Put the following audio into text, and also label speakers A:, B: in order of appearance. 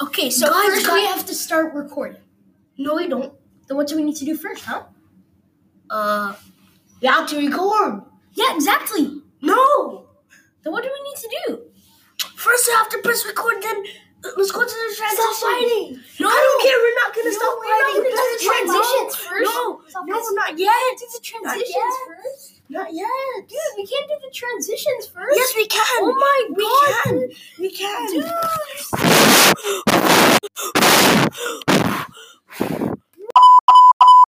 A: Okay, so
B: Guys,
A: first
B: guys-
A: we have to start recording.
B: No, we don't. Then what do we need to do first, huh?
A: Uh,
B: We have to record.
A: yeah, exactly.
B: No.
A: Then what do we need to do?
B: First, I have to press record. Then uh, let's go to the transition.
A: fighting.
B: No, I don't care. We're not gonna
A: No,
B: stop
A: we're not
B: fighting.
A: gonna do
B: Let's
A: the
B: stop
A: transitions
B: fighting.
A: first.
B: No,
A: Stop
B: no,
A: fighting.
B: not yet.
A: Do the
B: transitions
A: first.
B: Not yet.
A: Dude, we can't do the transitions first.
B: Yes, we can.
A: Oh my
B: we
A: god.
B: can. We can.
A: Dude.